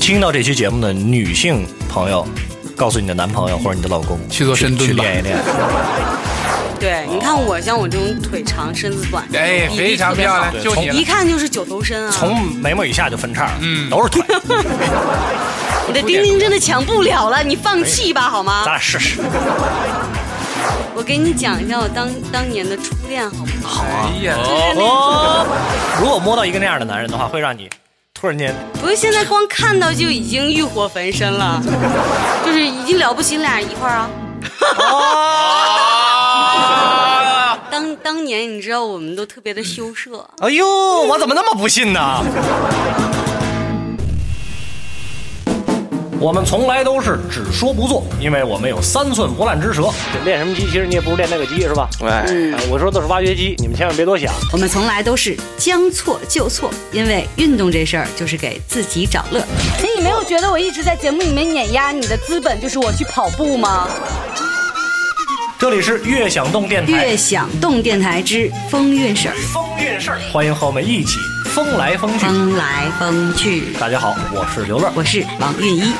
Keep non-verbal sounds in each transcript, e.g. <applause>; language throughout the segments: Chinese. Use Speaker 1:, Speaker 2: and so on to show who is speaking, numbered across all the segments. Speaker 1: 听到这期节目的女性朋友，告诉你的男朋友或者你的老公
Speaker 2: 去做深蹲
Speaker 1: 去
Speaker 2: 吧
Speaker 1: 练一
Speaker 2: <laughs>
Speaker 1: 练。
Speaker 3: 对，你看我像我这种腿长、身子短，
Speaker 2: 哎，
Speaker 3: 比例
Speaker 2: 非常
Speaker 3: 特别
Speaker 2: 漂
Speaker 3: 好
Speaker 2: 亮，就你了。
Speaker 3: 一看就是九头身啊！
Speaker 1: 从眉毛以下就分叉，
Speaker 2: 嗯
Speaker 1: 都是腿。
Speaker 3: 你的丁丁真的强不了了，你放弃吧好吗
Speaker 1: 咱？俩试试。
Speaker 2: <laughs>
Speaker 3: 我给你讲一下我当当年的初恋好不好？
Speaker 2: 哎呀，
Speaker 1: 哦，如果摸到一个那样的男人的话，会让你突然间
Speaker 3: 哎不是现在光看到就已经欲火焚身了， <laughs> 就是已经了不起，俩人一块儿啊。
Speaker 2: 啊，
Speaker 3: 当当年你知道我们都特别的羞涩，
Speaker 1: 哎呦，我怎么那么不信呢？我们从来都是只说不做，因为我们有三寸不烂之舌。
Speaker 4: 练什么机，其实你也不如练那个机，是吧？
Speaker 2: 喂，
Speaker 4: 哎我说的是挖掘机，你们千万别多想。
Speaker 3: 我们从来都是将错就错，因为运动这事儿就是给自己找乐。哎你没有觉得我一直在节目里面碾压你的资本就是我去跑步吗？
Speaker 1: 这里是悦享动电台
Speaker 3: 悦，享动电台之风韵事儿，
Speaker 1: 风韵事儿，欢迎和我们一起风来风去。
Speaker 3: 风来风去。
Speaker 1: 大家好，我是刘乐，
Speaker 3: 我是王韵一，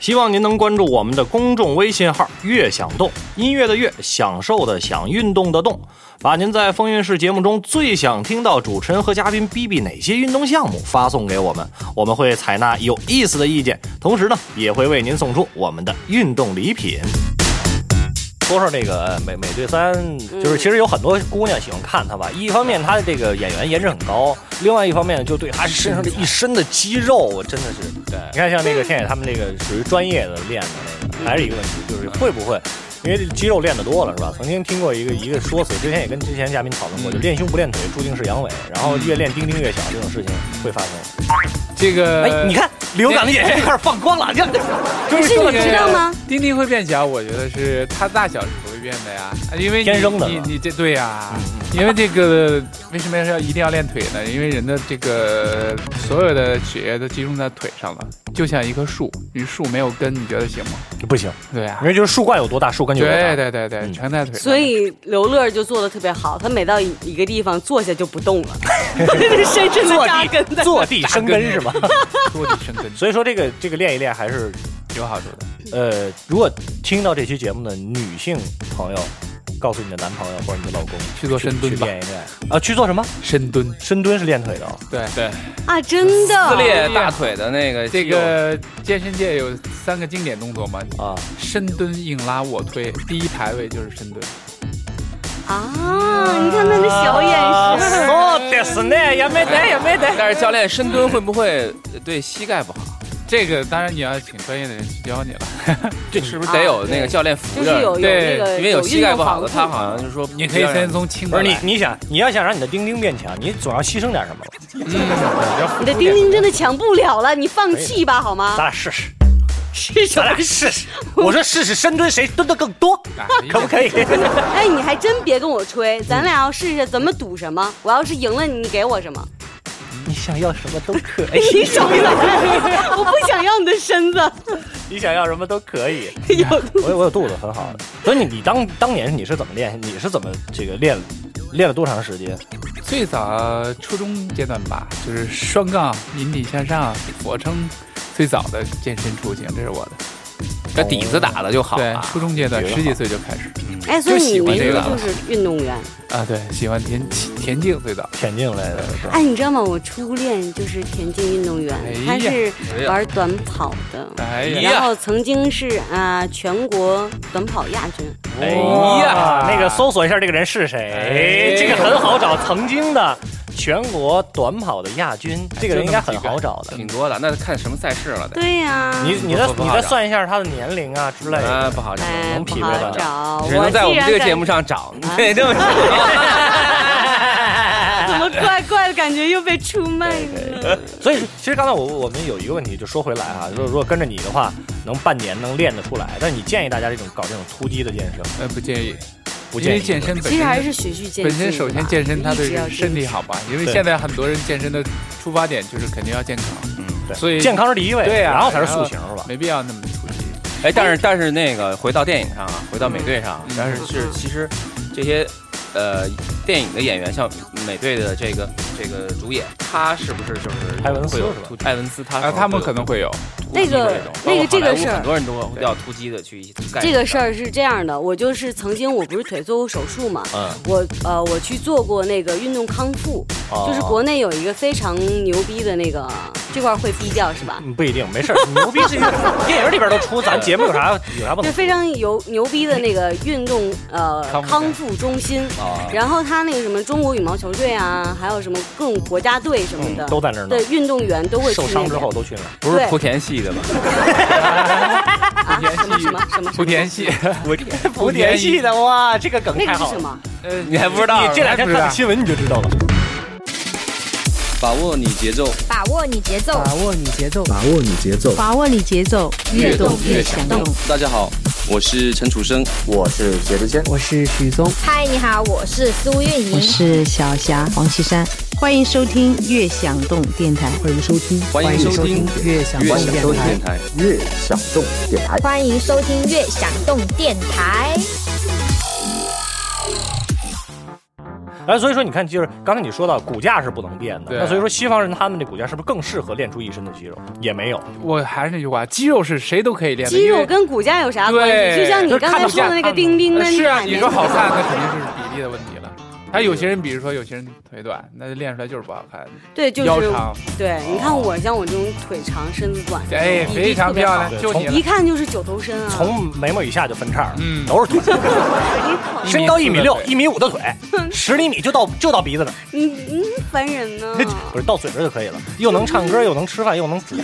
Speaker 1: 希望您能关注我们的公众微信号“悦享动”，音乐的悦，享受的享，运动的动，把您在风韵事节目中最想听到主持人和嘉宾比比哪些运动项目发送给我们，我们会采纳有意思的意见，同时呢，也会为您送出我们的运动礼品。说说这个美美队三，就是其实有很多姑娘喜欢看他吧。一方面他的这个演员颜值很高，另外一方面就对他身上的一身的肌肉，我真的是对。你看像那个天野他们那个属于专业的练的那个，还是一个问题，就是会不会因为肌肉练得多了是吧？曾经听过一个一个说辞，之前也跟之前嘉宾讨论过，就练胸不练腿注定是阳痿，然后越练丁丁越小这种事情会发生。
Speaker 2: 这个，
Speaker 1: 哎，你看流感的眼神开始放光了，你看，
Speaker 2: 就是
Speaker 3: 是你知道吗？
Speaker 2: 丁丁会变小，我觉得是它大小是不会变的呀，因为你
Speaker 1: 天生的嗯
Speaker 2: 你
Speaker 1: 嘛
Speaker 2: 你这对呀、因为这个为什么要一定要练腿呢？因为人的这个所有的血液都集中在腿上了，就像一棵树，你树没有根，你觉得行吗？
Speaker 1: 不行，
Speaker 2: 对呀、
Speaker 1: 因为就是树冠有多大，树根就有多大。
Speaker 2: 对对对对，
Speaker 1: 嗯
Speaker 2: 全在腿上。
Speaker 3: 所以刘乐就做的特别好，他每到一一个地方坐下就不动了， <laughs> 深深的
Speaker 1: <laughs> 坐
Speaker 3: 扎根
Speaker 1: 地
Speaker 3: 在。
Speaker 1: 坐地生根是吗？
Speaker 2: <laughs> 多底
Speaker 1: <laughs>
Speaker 2: 深根
Speaker 1: 所以说这个这个练一练还是
Speaker 2: 有好处的。
Speaker 1: 呃，如果听到这期节目的女性朋友，告诉你的男朋友或者你的老公
Speaker 2: 去做深蹲
Speaker 1: 去
Speaker 2: 吧
Speaker 1: 练一练啊，去做什么？
Speaker 2: 深蹲，
Speaker 1: 深蹲是练腿的哦，
Speaker 2: 对对，
Speaker 3: 啊，真
Speaker 5: 撕
Speaker 3: 的，
Speaker 5: 裂大腿的那个
Speaker 2: 这
Speaker 5: 肌肉
Speaker 2: 个健身界有三个经典动作嘛，
Speaker 1: 啊，
Speaker 2: 深蹲、硬拉、卧推，第一排位就是深蹲。
Speaker 3: 啊，你看他那小眼
Speaker 1: <laughs>
Speaker 3: 神儿，
Speaker 1: そうですね、やめてやめて。
Speaker 5: 但是教练深蹲会不会对膝盖不好？
Speaker 2: 这个当然你要请专业的人去教你了。
Speaker 5: 这是不是得有那个教练扶
Speaker 3: 啊就是
Speaker 5: 着？
Speaker 3: 有有
Speaker 2: 对
Speaker 3: 那个，
Speaker 5: 因为有膝盖不好
Speaker 3: 有
Speaker 5: 的，
Speaker 3: 运动
Speaker 5: 他
Speaker 3: 防护
Speaker 5: 好像就是说，
Speaker 2: 你可以先从轻
Speaker 1: 不
Speaker 2: 的
Speaker 1: 是你
Speaker 2: 来，，
Speaker 1: 你想，你要想让你的丁丁变强，你总要牺牲点什么吧？
Speaker 3: 你的丁丁真的 <laughs> 强不了了，你放弃吧好
Speaker 1: 咱
Speaker 3: 吗？
Speaker 1: 俩试试，
Speaker 3: 是什
Speaker 1: 咱俩
Speaker 3: 么？
Speaker 1: 试
Speaker 3: <laughs>
Speaker 1: 试。我说试试深蹲谁蹲的更多，
Speaker 2: 哎
Speaker 1: 可不可
Speaker 3: <laughs>
Speaker 1: 以？
Speaker 3: 哎，你还真别跟我吹，
Speaker 1: 嗯
Speaker 3: 咱俩要试试怎么赌什么。我要是赢了，你给我什
Speaker 1: <laughs>
Speaker 3: 么？
Speaker 1: 你想要什么都可以，
Speaker 3: <laughs> 你少来！我不想要你的
Speaker 1: <laughs>
Speaker 3: 身子，
Speaker 1: 你想要什么都可以。
Speaker 3: 有
Speaker 1: 我我有肚子很好的，所以你你当当年你是怎么练？你是怎么这个练？练了多长时间？
Speaker 2: 最早初中阶段吧，就是双杠、引体向上、俯卧撑，最早的健身雏形，这是我的。
Speaker 5: 这底子打的就好
Speaker 2: 对
Speaker 5: 了，。
Speaker 2: 初中阶段
Speaker 1: 觉得
Speaker 2: 十几岁就开始
Speaker 3: 哎，所以
Speaker 5: 就喜
Speaker 3: 你
Speaker 5: 欢这
Speaker 3: 明
Speaker 5: 个
Speaker 3: 明就是运动员。
Speaker 2: 啊，对，喜欢田田径最早。
Speaker 1: 田径类的，是吧
Speaker 3: 哎，你知道吗？我初恋就是田径运动员，
Speaker 2: 哎
Speaker 3: 他
Speaker 2: 呀
Speaker 3: 是玩短跑的，
Speaker 2: 哎
Speaker 5: 呀
Speaker 3: 然后曾经是啊、全国短跑亚军。
Speaker 1: 哎
Speaker 5: 哇
Speaker 1: 呀，那个搜索一下这个人是谁，
Speaker 2: 哎
Speaker 1: 这个很好找，曾经的全国短跑的亚军，这个人应该很好找的。
Speaker 5: 挺多的，那看什么赛事了得。
Speaker 3: 对呀、
Speaker 1: 你你再
Speaker 5: 不不
Speaker 1: 你
Speaker 5: 好
Speaker 1: 再
Speaker 5: 找
Speaker 1: 算一下他的年龄啊之类
Speaker 5: 啊，
Speaker 1: 的。
Speaker 5: 不好找，
Speaker 3: 哎，
Speaker 1: 能匹
Speaker 3: 不
Speaker 1: 配
Speaker 3: 好
Speaker 1: 得了
Speaker 3: 找。
Speaker 5: 只能在我们这个节目
Speaker 3: 上，
Speaker 5: 上找
Speaker 3: 啊。
Speaker 5: <laughs> 对，这么
Speaker 3: 怎么怪怪的感觉又被出卖了？
Speaker 1: 所以其实刚才我我们有一个问题，就说回来啊，如果如果跟着你的话，能半年能练得出来，但你建议大家这种搞这种突击的健身吗，
Speaker 2: 呃，不建议，
Speaker 1: 不
Speaker 2: 因
Speaker 1: 建
Speaker 2: 为
Speaker 1: 议。
Speaker 2: 健身本
Speaker 3: <laughs> 其实还
Speaker 2: 身
Speaker 3: 是循序渐进吧。
Speaker 2: 本身首先健身它
Speaker 3: 一直
Speaker 2: 对
Speaker 3: 要
Speaker 2: 身体
Speaker 3: 坚持。
Speaker 2: 好吧，因为
Speaker 1: 对
Speaker 2: 现在很多人健身的出发点就是肯定要健康，
Speaker 1: 对
Speaker 2: 所以
Speaker 1: 健康是第一位，
Speaker 2: 对呀
Speaker 6: 啊
Speaker 1: 然后才是塑形是吧？
Speaker 2: 没必要那么出击。
Speaker 5: 哎，但是但是那个回到电影上啊，回到美队上啊
Speaker 2: 嗯，
Speaker 5: 但是是其实这些呃电影的演员，像美队的这个这个主演，他是不是就是
Speaker 1: 埃文斯
Speaker 5: 会有
Speaker 1: 是吧
Speaker 5: 突击？埃文斯他
Speaker 2: 啊，他们可能会有，
Speaker 3: 那个那个这个事
Speaker 5: 很
Speaker 3: 儿。
Speaker 5: 多人都要突击的去干
Speaker 3: 这个事
Speaker 5: 儿。
Speaker 3: 儿是这样的，我就是曾经我不是腿做过手术嘛，
Speaker 6: 嗯，
Speaker 3: 我呃我去做过那个运动康复，
Speaker 6: 哦
Speaker 3: 就是国内有一个非常牛逼的那个这块儿会逼掉是吧？
Speaker 6: 嗯不一定，没事儿，
Speaker 1: <laughs>
Speaker 6: 牛逼是因为电影里边都出，咱节目有啥有啥不
Speaker 3: 就
Speaker 6: 能？
Speaker 3: 非常牛牛逼的那个运动呃
Speaker 2: 康复
Speaker 3: 康复中心，然后他那个什么中国羽毛球队啊，还有什么各种国家队什么的，
Speaker 6: 都在那儿呢
Speaker 3: 对，运动员都会去
Speaker 6: 受
Speaker 3: 那
Speaker 6: 伤
Speaker 3: 边
Speaker 6: 之后都
Speaker 1: <laughs>
Speaker 6: 去那儿。
Speaker 5: 不是莆田系的吧？
Speaker 2: <laughs> 莆
Speaker 3: 啊 <laughs>
Speaker 2: 田
Speaker 3: 什么
Speaker 2: 系
Speaker 3: 什么什么
Speaker 2: 莆田系，
Speaker 6: 我莆田系的哇，这个梗
Speaker 3: 那
Speaker 6: 太
Speaker 3: 个是
Speaker 6: 好
Speaker 3: 什
Speaker 6: 了。
Speaker 3: 么？
Speaker 2: 呃，
Speaker 5: <laughs> 你还不知道
Speaker 6: 你这两天看
Speaker 2: 还
Speaker 6: 的
Speaker 2: 不知
Speaker 6: 新闻你就知道了。
Speaker 1: 啊
Speaker 5: 把握你节奏，
Speaker 7: 把握你节奏，
Speaker 8: 把握你节奏，
Speaker 7: 越动越想动。
Speaker 5: 大家好，我是陈楚生，我是薛之谦。
Speaker 7: 嗨，你好，我是苏运
Speaker 8: 我
Speaker 7: 莹。
Speaker 8: 是小霞王岐山，欢迎收听《越想动电台》，
Speaker 5: 欢迎收听《
Speaker 8: 越想
Speaker 5: 越想收听电台》。
Speaker 7: 欢迎收听《悦享动电台》。
Speaker 6: 哎，所以说你看，就是刚才你说到骨架是不能变的，
Speaker 2: 对
Speaker 6: 那所以说西方人他们这骨架是不是更适合练出一身的肌肉？也没有，
Speaker 1: 嗯
Speaker 2: 我还是那句话，肌肉是谁都可以练的，
Speaker 3: 肌
Speaker 2: 因
Speaker 3: 肉
Speaker 2: 为
Speaker 3: 跟骨架有啥关系？
Speaker 2: 对
Speaker 3: 就像你刚才说的那个丁丁的，
Speaker 2: 是啊，你说好看，
Speaker 3: 的。
Speaker 2: 那肯定是比例的问题了。还有些人，比如说有些人腿短，那就练出来就是不好看，
Speaker 3: 对，就
Speaker 2: 腰
Speaker 3: 是
Speaker 2: 长，
Speaker 3: 对。你看我像我这种腿长身子短，
Speaker 2: 哎，
Speaker 3: 比例
Speaker 2: 非常
Speaker 3: 特别
Speaker 2: 漂
Speaker 3: 好
Speaker 2: 亮，就你
Speaker 3: 一
Speaker 2: 了。
Speaker 3: 看就是九头身啊。
Speaker 6: 从眉毛以下就分叉了，
Speaker 2: 嗯
Speaker 6: 都
Speaker 1: <laughs>
Speaker 6: 是腿，身高一米六、一
Speaker 2: 一
Speaker 6: 米五的
Speaker 3: <laughs>
Speaker 6: 腿，十厘米就到就到鼻子那儿，
Speaker 3: 你你烦人
Speaker 2: <laughs>
Speaker 3: 呢。
Speaker 6: <laughs> 不是到嘴这儿就可以了，又能唱歌，又能吃饭，又能煮，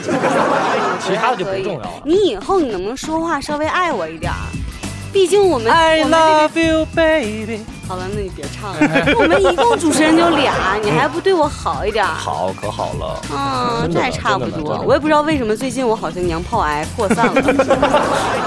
Speaker 6: 其他的就不重要了。
Speaker 3: 你以后你能不能说话稍微爱我一点儿？毕竟我们
Speaker 5: I
Speaker 3: 我们这边
Speaker 5: love you, baby。
Speaker 3: <laughs> 好了，那你别唱了。我们一共主持人就俩，你还不对我好一点儿？
Speaker 6: 好，可好了，
Speaker 3: 嗯，
Speaker 6: 真
Speaker 3: 这
Speaker 6: 的
Speaker 3: 还差不
Speaker 6: 真的真
Speaker 3: 多
Speaker 6: 的。
Speaker 3: 我也不知道为什么最近我好像娘炮癌扩散
Speaker 6: <laughs>
Speaker 3: 了。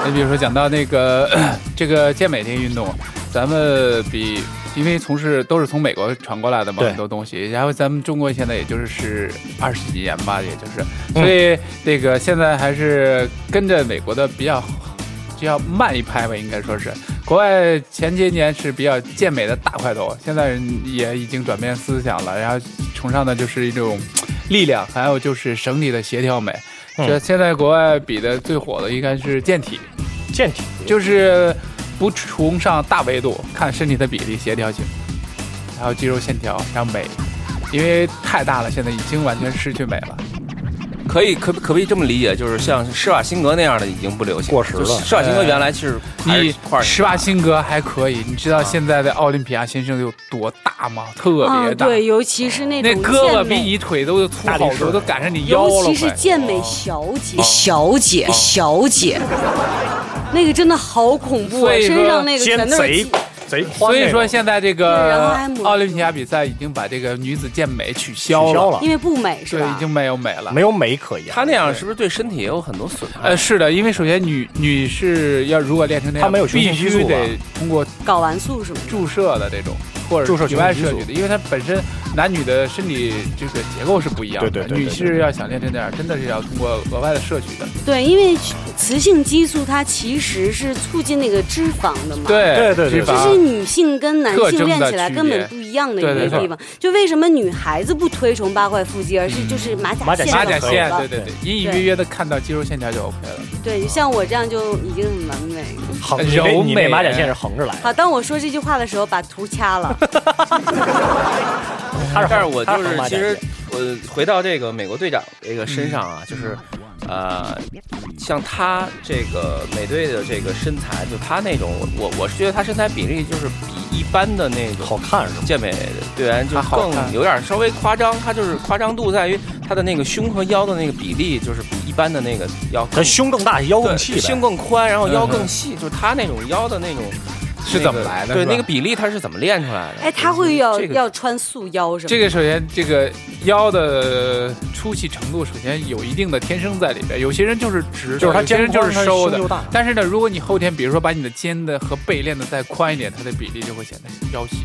Speaker 2: 你比如说讲到那个 <clears throat> 这个健美这个运动，咱们比因为从事都是从美国传过来的嘛，
Speaker 6: 对
Speaker 2: 很多东西，然后咱们中国现在也就是二十几年吧，也就是，
Speaker 6: 嗯
Speaker 2: 所以这个现在还是跟着美国的比较。比较慢一拍吧，应该说是国外前些年是比较健美的大块头，现在人也已经转变思想了，然后崇尚的就是一种力量，还有就是省体的协调美。
Speaker 6: 嗯
Speaker 2: 这现在国外比的最火的应该是健体，
Speaker 6: 健体
Speaker 2: 就是不崇尚大维度，看身体的比例、协调性，还有肌肉线条，然后美，因为太大了，现在已经完全失去美了。
Speaker 5: 可以可不可不可以这么理解？就是像施瓦辛格那样的已经不流行，
Speaker 6: 过时了
Speaker 5: 就施瓦辛格原来是还是
Speaker 2: 你
Speaker 5: 块儿
Speaker 2: 施瓦辛格还可以，你知道现在的奥林匹亚先生有多大吗？特别大，
Speaker 3: 啊对，尤其是那
Speaker 2: 那
Speaker 3: 种
Speaker 2: 胳膊
Speaker 3: 健
Speaker 2: 比
Speaker 3: 美，
Speaker 2: 你腿都粗
Speaker 6: 大力
Speaker 2: 好
Speaker 6: 士
Speaker 2: 多，都赶上你腰
Speaker 3: 尤
Speaker 2: 了
Speaker 3: 其
Speaker 2: 快。
Speaker 3: 是健美小姐，小姐，小姐，那个真的好恐怖啊
Speaker 2: 所！以说
Speaker 3: 身上那个
Speaker 6: 奸
Speaker 3: 全都是
Speaker 6: 贼
Speaker 3: 肌。
Speaker 6: 贼欢那种，
Speaker 2: 所以说现在这
Speaker 3: 对然后
Speaker 2: 个
Speaker 3: 还抹
Speaker 2: 奥林匹亚比赛已经把这个女子健美取消
Speaker 6: 取消
Speaker 2: 了，
Speaker 6: 了
Speaker 3: 因，为不美是
Speaker 2: 对，
Speaker 3: 吧
Speaker 2: 已？经没有美了
Speaker 6: 没。有美可言，
Speaker 5: 他那样是不是对身体也有很多损害？
Speaker 2: 呃，是的，因为首先女女士要如果练成那样，
Speaker 6: 她没有雄性
Speaker 2: 必
Speaker 6: 激素
Speaker 2: 须
Speaker 6: 吧
Speaker 2: 得通过
Speaker 3: 睾丸素什么的。
Speaker 2: 注射的这种，或者
Speaker 6: 注射
Speaker 2: 体外
Speaker 6: 雄性
Speaker 2: 摄
Speaker 6: 激素
Speaker 2: 取的，因为它本身男女的身体这个结构是不一样的。
Speaker 6: 对对对对
Speaker 2: 女士要想练成那样，真的是要通过额外的摄取的。
Speaker 3: 对，因为雌性激素它其实是促进那个脂肪的嘛。。
Speaker 2: 对
Speaker 6: 对对对
Speaker 2: 脂
Speaker 3: 这
Speaker 2: 肪
Speaker 3: 是女性跟男
Speaker 2: 特
Speaker 3: 性
Speaker 2: 征
Speaker 3: 练
Speaker 2: 的
Speaker 3: 起来
Speaker 2: 区
Speaker 3: 根本
Speaker 2: 别
Speaker 3: 不一样的一
Speaker 2: 对
Speaker 3: 个
Speaker 2: 对对
Speaker 3: 地方。就为什么女孩子不推崇八块腹肌，而
Speaker 2: 嗯
Speaker 3: 是就是马
Speaker 6: 马
Speaker 3: 甲
Speaker 6: 甲
Speaker 3: 线
Speaker 2: 马
Speaker 3: 就
Speaker 2: 甲
Speaker 3: 好
Speaker 2: 线，
Speaker 3: 了
Speaker 2: 对对对，隐隐约约的看到肌肉线条就 OK 了。
Speaker 3: 对，像我这样就已经很完美。
Speaker 6: 横你
Speaker 2: 柔
Speaker 6: 那你那
Speaker 2: 美啊
Speaker 6: 马甲线是横着来的，
Speaker 3: 好，当我说这句话的时候，把图
Speaker 2: <laughs>
Speaker 3: 掐了。
Speaker 6: 他是
Speaker 5: 但是我
Speaker 6: 他
Speaker 5: 就是是
Speaker 6: 横马
Speaker 5: 其
Speaker 6: 甲
Speaker 5: 实
Speaker 6: 线
Speaker 5: 我回到这个美国队长这个身上
Speaker 2: 嗯
Speaker 5: 啊，就是呃，像他这个美队的这个身材，就他那种我我是觉得他身材比例就是比一般的那
Speaker 6: 好
Speaker 5: 种
Speaker 6: 看是吗？
Speaker 5: 健美队员就
Speaker 2: 他好
Speaker 5: 更
Speaker 2: 看
Speaker 5: 有点稍微夸张，他就是夸张度在于他的那个胸和腰的那个比例，就是比一般的那个要更
Speaker 6: 咱胸更大，腰更
Speaker 5: 对
Speaker 6: 细呗，
Speaker 5: 胸更宽，然后腰
Speaker 2: 嗯
Speaker 5: 更
Speaker 2: 嗯
Speaker 5: 细，就是他那种腰的那种
Speaker 2: 是
Speaker 5: 那
Speaker 2: 怎么
Speaker 5: 个
Speaker 2: 来的
Speaker 5: 对，
Speaker 2: 是吧
Speaker 5: 那个比例他是怎么练出来的？
Speaker 3: 哎，他会要
Speaker 5: 这个
Speaker 3: 要穿束腰什么的？
Speaker 2: 这个首先，这个腰的粗细程度，首先有一定的天生在里边。有些人就是直的，
Speaker 6: 就是他
Speaker 2: 有些
Speaker 6: 肩
Speaker 2: 人就是
Speaker 6: 宽他
Speaker 2: 收
Speaker 6: 胸
Speaker 2: 的
Speaker 6: 就大。
Speaker 2: 但是呢，如果你后天，比如说把你的肩的和背练得再宽一点，它的比例就会显得腰细。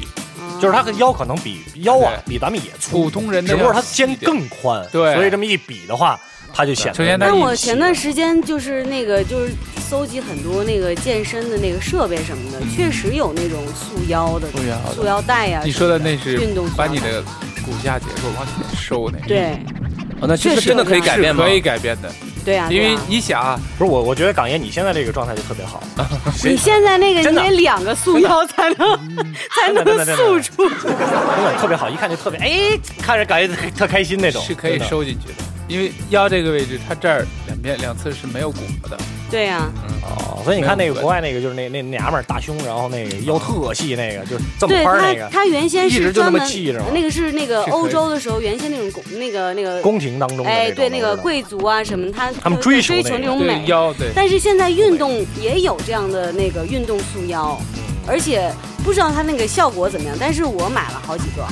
Speaker 6: 就是他的腰可能比腰啊比咱们也粗，
Speaker 2: 普通人的
Speaker 6: 只不过他
Speaker 2: 要细一
Speaker 6: 肩
Speaker 2: 点
Speaker 6: 更宽，
Speaker 2: 对
Speaker 6: 所以这么一比的话，他就显得
Speaker 2: 首先它
Speaker 3: 但
Speaker 2: 一
Speaker 3: 我
Speaker 2: 起
Speaker 3: 前段时间就是那个就是搜集很多那个健身的那个设备什么
Speaker 2: 嗯
Speaker 3: 的，确实有那种束腰的
Speaker 2: 束腰的
Speaker 3: 束腰带呀、
Speaker 2: 嗯你说的那是
Speaker 3: 运动
Speaker 2: 把你的骨架结构往前收那个，
Speaker 3: 对
Speaker 5: 哦，那这
Speaker 3: 确
Speaker 5: 个
Speaker 3: 实
Speaker 5: 真的
Speaker 3: 有
Speaker 5: 可以
Speaker 3: 这样
Speaker 5: 改变
Speaker 2: 是
Speaker 5: 吗？
Speaker 2: 可以改变的，
Speaker 3: 对啊，
Speaker 2: 因
Speaker 3: 对
Speaker 2: 为
Speaker 3: 啊
Speaker 2: 你想啊，
Speaker 1: 不是我，我觉得港爷你现在这个状态就特别好，
Speaker 3: 你现在那个
Speaker 1: 真
Speaker 3: 你
Speaker 1: 的
Speaker 3: 得两个束腰才 <laughs> 能才
Speaker 1: 真的真
Speaker 3: 能
Speaker 1: 的真的
Speaker 3: 束住。
Speaker 1: 真的特别好，一看就特别哎，看着港爷特开心那种，
Speaker 2: 是可以
Speaker 1: 真的。
Speaker 2: 收进去的，因为腰这个位置，它这儿两边两侧是没有骨骼的，
Speaker 3: 对啊呀，
Speaker 1: 哦，所以你看那个国外那个就是那那那娘们儿大胸，然后那个腰特细那个，就是这么
Speaker 3: 对
Speaker 1: 宽儿
Speaker 3: 他
Speaker 1: 那个，
Speaker 3: 他原先
Speaker 1: 一
Speaker 3: 是
Speaker 1: 直就那
Speaker 3: 专
Speaker 1: 么
Speaker 3: 门
Speaker 1: 系着嘛
Speaker 3: 那个是那个
Speaker 2: 是可以
Speaker 3: 欧洲的时候，原先那种宫那个那个
Speaker 1: 宫廷当中的
Speaker 3: 哎，对那
Speaker 1: 那
Speaker 3: 个贵族啊什么，他
Speaker 1: 他们
Speaker 3: 就
Speaker 1: 追
Speaker 3: 追
Speaker 1: 求那个
Speaker 3: 那种
Speaker 2: 对
Speaker 3: 美。
Speaker 2: 腰 <laughs> 对。
Speaker 3: 但是现在运动也有这样的那个运动束腰，而且不知道它那个效果怎么样。但是我买了好几个，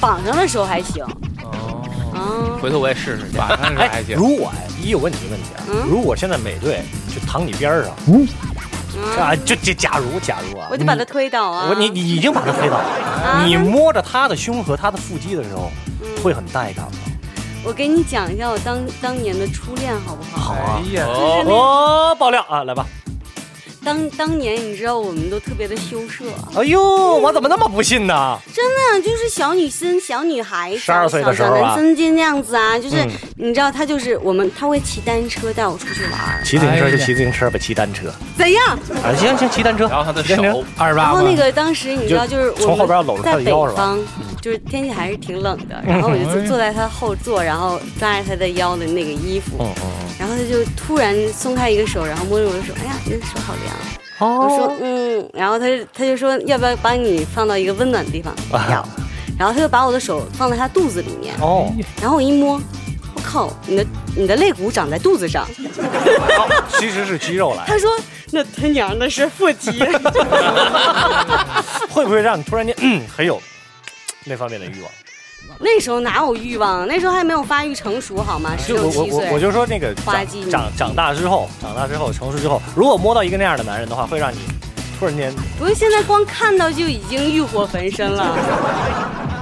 Speaker 3: 绑上的时候还行
Speaker 2: 哦，
Speaker 3: 啊。
Speaker 5: 回头我也试试去。
Speaker 2: 晚上是还
Speaker 1: 哎，
Speaker 2: 行，
Speaker 1: 如果一我问你一个问题啊，
Speaker 3: 嗯
Speaker 1: 如果现在美队就躺你边儿上
Speaker 3: 嗯
Speaker 1: 啊，就就假如假如啊，
Speaker 3: 我就把
Speaker 1: 你
Speaker 3: 它推倒啊！
Speaker 1: 我你你已经把他推倒了，
Speaker 3: 啊
Speaker 1: 你摸着他的胸和他的腹肌的时候，
Speaker 3: 嗯
Speaker 1: 会很带感吗？
Speaker 3: 我给你讲一下我当当年的初恋好不
Speaker 1: 好
Speaker 3: 好？
Speaker 2: 哎
Speaker 1: 啊，
Speaker 2: 呀，
Speaker 5: 哦，
Speaker 1: 哦，爆料啊，来吧！
Speaker 3: 当当年你知道我们都特别的羞涩，
Speaker 1: 哎呦，我怎么那么不信呢？
Speaker 3: 真的就是小女生、小女孩，
Speaker 1: 12岁的时候啊
Speaker 3: 小男生间那样子啊，就是、
Speaker 1: 嗯
Speaker 3: 你知道他就是我们，他会骑单车带我出去玩儿，
Speaker 1: 骑自行车
Speaker 2: 哎
Speaker 1: 就
Speaker 2: 呀
Speaker 1: 骑自行车吧，骑单车
Speaker 3: 怎样？
Speaker 1: 啊，行行，骑单车
Speaker 5: 然。后他的
Speaker 1: 认真
Speaker 5: 手，
Speaker 2: 二十
Speaker 3: 然
Speaker 2: 八
Speaker 3: 后
Speaker 2: 吗
Speaker 3: 那？个当时你知道就是
Speaker 1: 就从
Speaker 3: 我
Speaker 1: 后
Speaker 3: 们
Speaker 1: 边搂着他
Speaker 3: 在
Speaker 1: 的
Speaker 3: 北
Speaker 1: 腰是吧嗯
Speaker 3: 方，就是天气还是挺冷的，然后我就坐
Speaker 2: 哎
Speaker 3: 坐在他后座，然后抓着他的腰的那个衣服，
Speaker 1: 嗯嗯
Speaker 3: 然后他就突然松开一个手，然后摸着我的手，哎呀，你的手好凉。我
Speaker 1: 哦
Speaker 3: 说嗯，然后他就他就说要不要把你放到一个温暖的地方？
Speaker 1: 啊
Speaker 3: 要。然后他就把我的手放在他肚子里面
Speaker 1: 嗯，， <laughs> 哦，
Speaker 3: 然后我一摸，我靠，你的你的肋骨长在肚子上。
Speaker 1: 好其实是肌肉来，
Speaker 3: 他说那他娘的是腹
Speaker 1: <laughs>
Speaker 3: 肌。
Speaker 1: 会不会让你突然间嗯很有那方面的欲望？
Speaker 3: 那时候哪有欲望？那时候还没有发育成熟好吗？十
Speaker 1: 就我
Speaker 3: 六
Speaker 1: 我
Speaker 3: 七
Speaker 1: 我我
Speaker 3: 岁。
Speaker 1: 就说那个
Speaker 3: 花
Speaker 1: 长
Speaker 3: 季女
Speaker 1: 长长大之后，长大之后成熟之后，如果摸到一个那样的男人的话，会让你突然间
Speaker 3: 不是现在光看到就已经欲火焚身
Speaker 1: <laughs>
Speaker 3: 了。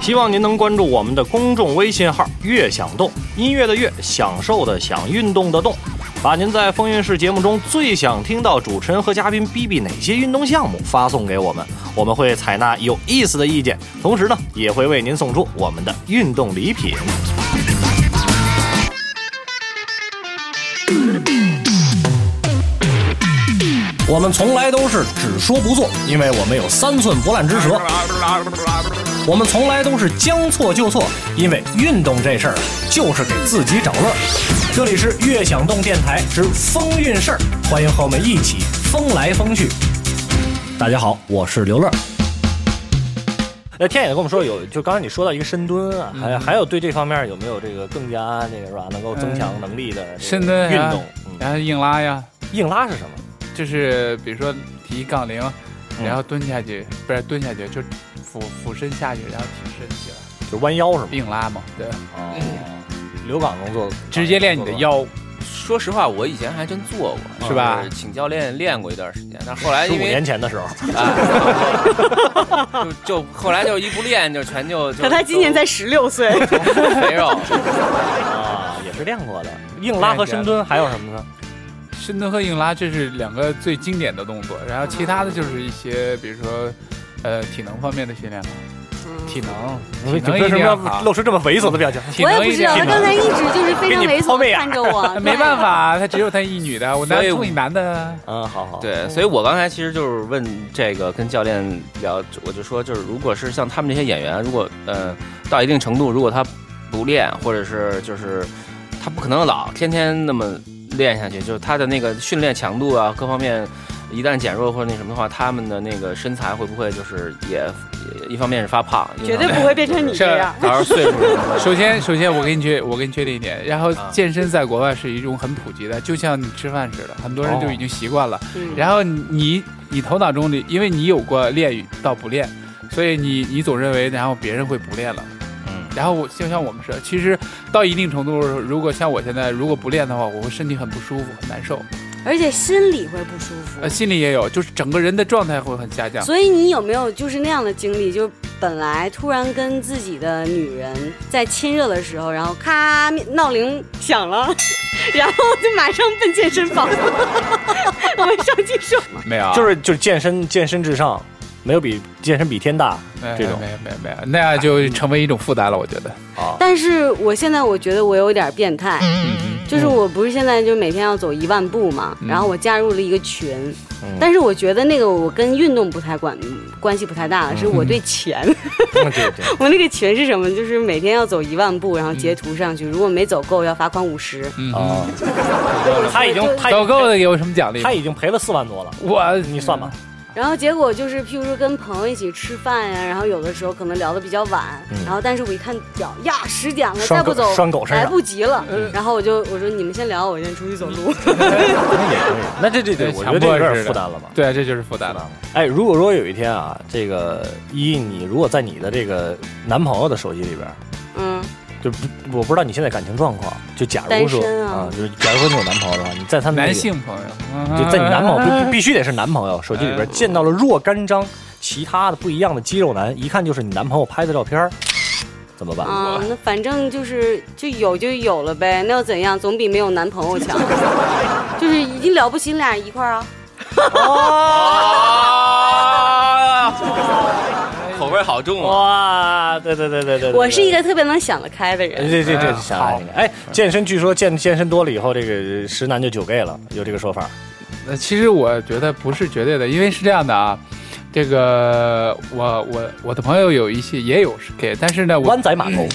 Speaker 6: 希望您能关注我们的公众微信号“悦享动”，音乐的乐，享受的享，运动的动，把您在风云市节目中最想听到主持人和嘉宾比比哪些运动项目发送给我们，我们会采纳有意思的意见，同时呢，也会为您送出我们的运动礼品。我们从来都是只说不做，因为我们有三寸不烂之舌。我们从来都是将错就错，因为运动这事儿就是给自己找乐儿。这里是悦享动电台之风韵事儿，欢迎和我们一起风来风去。大家好，我是刘乐。
Speaker 1: 呃，天野跟我们说有，就刚才你说到一个深蹲啊，
Speaker 2: 嗯
Speaker 1: 还、还有对这方面有没有这个更加那个是吧，能够增强能力的这个
Speaker 2: 呃深蹲啊
Speaker 1: 运
Speaker 2: 呀
Speaker 1: 动？嗯，
Speaker 2: 然后硬拉呀，
Speaker 1: 硬拉是什么？
Speaker 2: 就是比如说提杠铃，
Speaker 1: 嗯
Speaker 2: 然后蹲下去，不是蹲下去，就俯俯身下去，然后挺身起来，
Speaker 1: 就弯腰是吗？
Speaker 2: 硬拉嘛，对，
Speaker 1: 哦，刘港能做，
Speaker 2: 直接练你的腰，
Speaker 5: 说实话，我以前还真做过，
Speaker 2: 是吧
Speaker 5: 就请教练练过一段时间，但后来
Speaker 1: 十五
Speaker 5: 因为
Speaker 1: 年前的时候，
Speaker 5: 就就后来就一不练就全就就
Speaker 3: 可 <laughs> 他今年才十
Speaker 1: <laughs>
Speaker 3: 六岁，
Speaker 5: 肥肉，
Speaker 1: 啊，也是练过的。硬拉和深蹲还有什么呢？
Speaker 2: 深蹲和硬拉这是两个最经典的动作，然后其他的就是一些比如说，呃，体能方面的训练了，
Speaker 3: 嗯
Speaker 2: 体能，体能
Speaker 1: 为
Speaker 2: 一
Speaker 1: 什
Speaker 2: 定
Speaker 1: 么
Speaker 2: 要
Speaker 1: 要
Speaker 2: 好，
Speaker 1: 露出这么猥琐的表情？
Speaker 2: 体
Speaker 3: 我也
Speaker 2: 能
Speaker 3: 不
Speaker 2: 一
Speaker 3: 知
Speaker 2: 定要好
Speaker 3: 道，他刚才一直就是非常
Speaker 1: 给你
Speaker 3: 猥
Speaker 1: 抛
Speaker 3: 琐
Speaker 1: 媚
Speaker 3: 的
Speaker 1: 眼
Speaker 3: 看着我
Speaker 2: 啊 <laughs> ，没办
Speaker 3: 对。
Speaker 2: 法，啊他只有他一女的，我哪
Speaker 5: 所以
Speaker 2: 有
Speaker 5: 我
Speaker 2: 你男的啊？
Speaker 1: 嗯，好好。，
Speaker 5: 对，所以我刚才其实就是问这个跟教练聊，我就说就是如果是像他们这些演员，如果呃到一定程度，如果他不练，或者是就是他不可能老天天那么练下去，就是他的那个训练强度啊各方面一旦减弱或者那什么的话，他们的那个身材会不会就是也也一方面是发胖，
Speaker 3: 绝对
Speaker 5: 一方面
Speaker 3: 不会变成你
Speaker 2: 啊
Speaker 3: 这样。
Speaker 5: 到时候岁数什么
Speaker 2: <laughs>
Speaker 5: 的
Speaker 2: 首先，首先我给你确，我给你确定一点，然后
Speaker 5: 啊
Speaker 2: 健身在国外是一种很普及的，就像你吃饭似的，很多人就已经习惯了。
Speaker 3: 嗯
Speaker 2: <laughs> 然后你你头脑中里，因为你有过练与到不练，所以你你总认为，然后别人会不练了。
Speaker 5: 嗯
Speaker 2: 然后我就像我们是，其实到一定程度，如果像我现在如果不练的话，我会身体很不舒服，很难受，
Speaker 3: 而且心里会不舒服
Speaker 2: 呃，。心里也有，就是整个人的状态会很下降。
Speaker 3: 所以你有没有就是那样的经历？就是本来突然跟自己的女人在亲热的时候，然后咔闹铃响了， <laughs> 然后就马上奔 <laughs> 健身房。我们上期说，
Speaker 2: 没有啊，
Speaker 1: 就是就是健身健身至上，没有比健身比天大
Speaker 2: 没有
Speaker 1: 这种
Speaker 2: 哎没有没有没有，那样就成为一种负担了，我觉得。
Speaker 1: 啊。
Speaker 3: 但是我现在我觉得我有点变态，
Speaker 2: 嗯嗯，
Speaker 3: 就是我不是现在就每天要走一万步嘛，
Speaker 2: 嗯
Speaker 3: 然后我加入了一个群，
Speaker 1: 嗯
Speaker 3: 但是我觉得那个我跟运动不太关关系不太大了，是我对钱， <laughs>
Speaker 1: 嗯对对，
Speaker 3: 我那个群是什么？就是每天要走一万步，然后截图上去，如果没走够要罚款五十。
Speaker 2: 嗯
Speaker 1: 啊，他已经他已
Speaker 2: 走够了有什么奖励吗
Speaker 1: 他？已经赔了四万多了，
Speaker 2: 我
Speaker 1: 你算吧。
Speaker 3: 然后结果就是，譬如说跟朋友一起吃饭呀、然后有的时候可能聊得比较晚，然后但是我一看表呀，十点了，
Speaker 1: 拴
Speaker 3: 再
Speaker 1: 狗
Speaker 3: 不走
Speaker 1: 拴狗身上
Speaker 3: 来不及了。
Speaker 2: 呃
Speaker 3: 然后我就我说你们先聊，我先出去走路。
Speaker 1: 那也可以，那这这这，
Speaker 2: 对
Speaker 1: 我觉得这
Speaker 2: 强迫
Speaker 1: 有点
Speaker 2: 式的
Speaker 1: 负担了吧？
Speaker 2: 对，这就是负担了。
Speaker 1: 哎，如果说有一天啊，这个一你如果在你的这个男朋友的手机里边，
Speaker 3: 嗯，
Speaker 1: 就不我不知道你现在感情状况，就假如说
Speaker 3: 单身啊
Speaker 1: 就是假如说你有男朋友的话，你在他那个
Speaker 2: 男性朋友，
Speaker 1: 哎就在你男朋友必必须得是男朋友手机里边见到了若干张其他的不一样的肌肉男，一看就是你男朋友拍的照片儿，怎么办？
Speaker 3: 啊，那反正就是就有就有了呗，那又怎样？总比没有男朋友强。就是已经了不起，你俩人一块儿啊。
Speaker 5: 啊，口味好重啊！
Speaker 1: 哇，对对对对对，对
Speaker 3: 我是一。个特别能想得开的
Speaker 1: 对
Speaker 3: 人，
Speaker 1: 对对对，
Speaker 2: 哎
Speaker 1: 想来
Speaker 2: 好
Speaker 1: 那个哎，健身据说健健身多了以后，这个十男就九 gay 了，有这个说法。
Speaker 2: 呃，其实我觉得不是绝对的，因为是这样的啊，这个我我我的朋友有一些也有是 gay，但是呢，我
Speaker 1: 湾仔码头，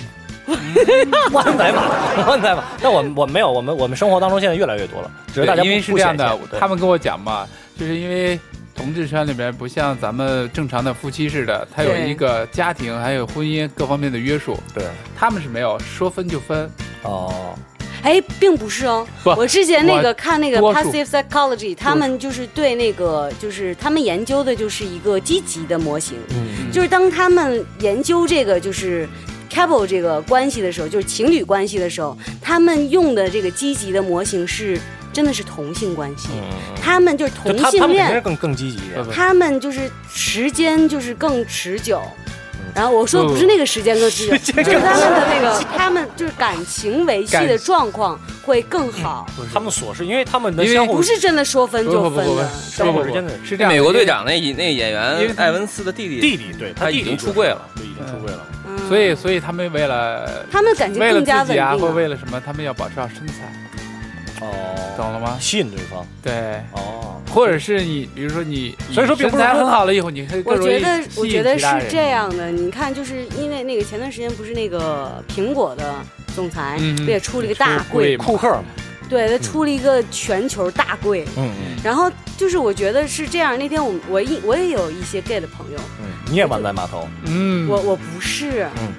Speaker 1: 湾仔码头，湾仔码头。那我们我们没有，我们我们生活当中现在越来越多了，只是
Speaker 2: 对
Speaker 1: 大家
Speaker 2: 因为
Speaker 1: 不
Speaker 2: 是
Speaker 1: 不
Speaker 2: 这样
Speaker 1: 显
Speaker 2: 的
Speaker 1: 现对，
Speaker 2: 他们跟我讲嘛，就是因为同志圈里面不像咱们正常的夫妻似的，他有
Speaker 3: 对
Speaker 2: 一个家庭，还有婚姻各方面的约束，
Speaker 1: 对
Speaker 2: 他们是没有说分就分，
Speaker 1: 哦，
Speaker 3: 哎，并不是哦。
Speaker 2: 不
Speaker 3: 我之前那个
Speaker 2: 我
Speaker 3: 看那个
Speaker 2: 多数
Speaker 3: passive psychology，他们就是对那个就是他们研究的就是一个积极的模型，
Speaker 1: 嗯
Speaker 3: 就是当他们研究这个就是 couple 这个关系的时候，就是情侣关系的时候，他们用的这个积极的模型是真的是同性关系，他们就是
Speaker 1: 就
Speaker 3: 同
Speaker 1: 他他
Speaker 3: 性
Speaker 1: 们肯定是
Speaker 3: 恋，
Speaker 1: 更更积极一点
Speaker 2: 不。不
Speaker 3: 他们就是时间就是更持久。然后我说的不是
Speaker 2: 不
Speaker 3: 那个时间更持久，就是他们的那个，他们就是感情维系
Speaker 2: 感
Speaker 3: 的
Speaker 2: 情
Speaker 3: 状况会更好。
Speaker 1: 他们琐事，因为他们的
Speaker 2: 因为
Speaker 1: 相互
Speaker 3: 不是真的说分
Speaker 2: 不
Speaker 3: 就
Speaker 2: 不不
Speaker 3: 分
Speaker 2: 不
Speaker 3: 的，
Speaker 2: 不
Speaker 1: 相
Speaker 2: 不
Speaker 1: 互
Speaker 2: 不
Speaker 1: 之间的
Speaker 2: 是这样的，
Speaker 5: 美国队
Speaker 2: 因为，
Speaker 5: 长那那演
Speaker 2: 因为
Speaker 5: 员
Speaker 2: 他
Speaker 5: 艾文斯的弟弟，
Speaker 1: 弟弟，对
Speaker 5: 他
Speaker 1: 弟
Speaker 5: 已
Speaker 1: 弟
Speaker 5: 经
Speaker 1: 就
Speaker 5: 出柜了，
Speaker 1: 对，已经出柜了。
Speaker 3: 嗯
Speaker 2: 所以所以他们为了
Speaker 3: 他们感情
Speaker 2: 为了
Speaker 3: 更加
Speaker 2: 自
Speaker 3: 稳定
Speaker 2: 己啊，
Speaker 3: 啊。
Speaker 2: 或为了什么，他们要保持好身材，
Speaker 1: 哦，
Speaker 2: 懂了吗？
Speaker 1: 吸引对方。
Speaker 2: 对。
Speaker 1: 哦，
Speaker 2: 或者是你，比如说你，
Speaker 1: 所以说
Speaker 2: 你
Speaker 1: 并
Speaker 2: 身
Speaker 1: 不是
Speaker 2: 材
Speaker 1: 说
Speaker 2: 很好了以后，你会更
Speaker 3: 我
Speaker 2: 容
Speaker 3: 觉
Speaker 2: 易
Speaker 3: 得
Speaker 2: 吸
Speaker 3: 我
Speaker 2: 引
Speaker 3: 觉得
Speaker 2: 其
Speaker 3: 是
Speaker 2: 他人
Speaker 3: 这，样的，你看，就是因为那个前段时间不是那个苹果的总裁
Speaker 2: 嗯
Speaker 3: 不也出了一个大
Speaker 2: 出柜，
Speaker 3: 柜
Speaker 1: 库克嘛，
Speaker 3: 对他出了一个全球大柜。
Speaker 1: 嗯嗯
Speaker 3: 然后就是我觉得是这样，那天我我一我也有一些 gay 的朋友，
Speaker 1: 嗯，你也湾仔码头，
Speaker 2: 嗯，
Speaker 3: 我我不是
Speaker 1: 嗯，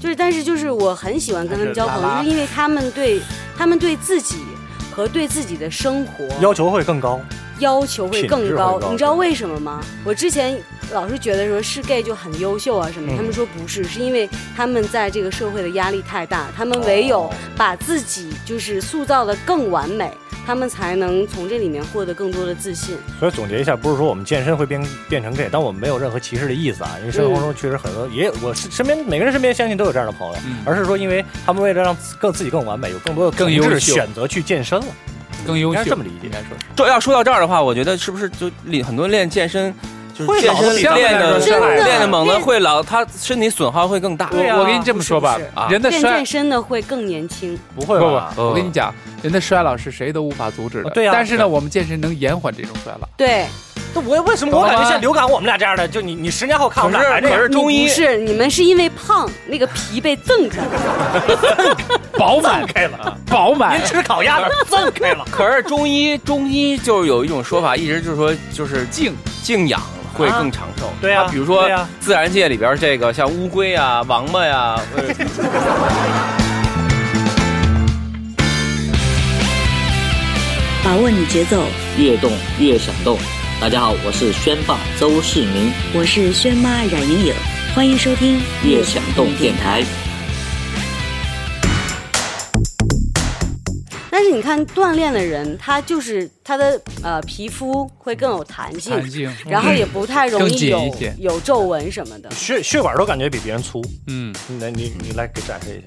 Speaker 3: 就是但是就是我很喜欢跟他们交朋
Speaker 2: 还
Speaker 3: 友，
Speaker 2: 是拉拉
Speaker 3: 就是因为他们对他们对自己和对自己的生活
Speaker 1: 要求会更高。
Speaker 3: 要求会
Speaker 1: 品
Speaker 3: 更
Speaker 1: 质
Speaker 3: 高
Speaker 1: 会，高
Speaker 3: 你知道为什么吗？我之前老是觉得说是 gay 就很优秀啊什么，
Speaker 1: 嗯
Speaker 3: 他们说不是，是因为他们在这个社会的压力太大，他们唯有
Speaker 1: 哦
Speaker 3: 把自己就是塑造的更完美，他们才能从这里面获得更多的自信。
Speaker 1: 所以总结一下，不是说我们健身会变变成 gay，但我们没有任何歧视的意思啊，因为生活中确实很多也有我身身边每个人身边相信都有这样的朋友，
Speaker 2: 嗯
Speaker 1: 而是说因为他们为了让自更自己更完美，有更多的
Speaker 2: 更优
Speaker 1: 同志
Speaker 2: 秀
Speaker 1: 选择去健身了。
Speaker 2: 更优
Speaker 1: 应该
Speaker 2: 秀，
Speaker 1: 是这么理解
Speaker 2: 应该说是
Speaker 5: 这要说到这儿的话，我觉得是不是就练很多练健身，就是健身
Speaker 2: 相对
Speaker 5: 练
Speaker 2: 来说
Speaker 5: 的
Speaker 2: 是真的
Speaker 5: 啊练的猛了会老，他身体损耗会更大。
Speaker 2: 我我跟你这么说吧
Speaker 3: 不是，
Speaker 1: 啊
Speaker 2: 人的
Speaker 3: 练
Speaker 2: 衰
Speaker 3: 健身的会更年轻，
Speaker 1: 不会
Speaker 2: 不
Speaker 1: 吧？
Speaker 5: 哦
Speaker 2: 不，我跟你讲，人的衰老是谁都无法阻止的。
Speaker 1: 啊哦对啊
Speaker 2: 但是呢，我们健身能延缓这种衰老。
Speaker 3: 对，
Speaker 1: 那我为什么
Speaker 2: 懂
Speaker 1: 我
Speaker 2: 了
Speaker 1: 感觉
Speaker 2: 吗
Speaker 1: 现在流感我们俩这样的，就你你十年后看我们俩还哎这
Speaker 5: 可
Speaker 1: 样？
Speaker 5: 是中
Speaker 3: 你
Speaker 5: 医
Speaker 3: 不是你们是因为胖，那个皮被赠开了，
Speaker 2: 饱满
Speaker 1: 开了， <laughs>
Speaker 2: 饱满
Speaker 1: 您，吃烤鸭的赠开了。
Speaker 5: 可是中医中医就是有一种说法，一直就是说就是静静养会更长寿。
Speaker 1: 对啊
Speaker 5: 它比如说
Speaker 1: 对啊
Speaker 5: 自然界里边这个像乌龟啊、王八呀，呃
Speaker 8: 把握你节奏，
Speaker 9: 越动越想动。大家好，我是宣霸周世明，
Speaker 8: 我是轩妈冉莹莹，欢迎收听
Speaker 9: 越想动电台。
Speaker 3: 但是你看锻炼的人，他就是他的呃皮肤会更有弹性，
Speaker 2: 弹性
Speaker 3: 然后也不太容
Speaker 2: 更
Speaker 3: 易
Speaker 2: 紧
Speaker 3: 有
Speaker 2: 一些
Speaker 3: 有皱纹什么的。
Speaker 1: 血血管都感觉比别人粗，
Speaker 2: 嗯，
Speaker 1: 那你你来给展示一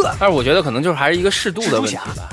Speaker 1: 下。
Speaker 5: 但是我觉得可能就是还是一个适度的问题吧。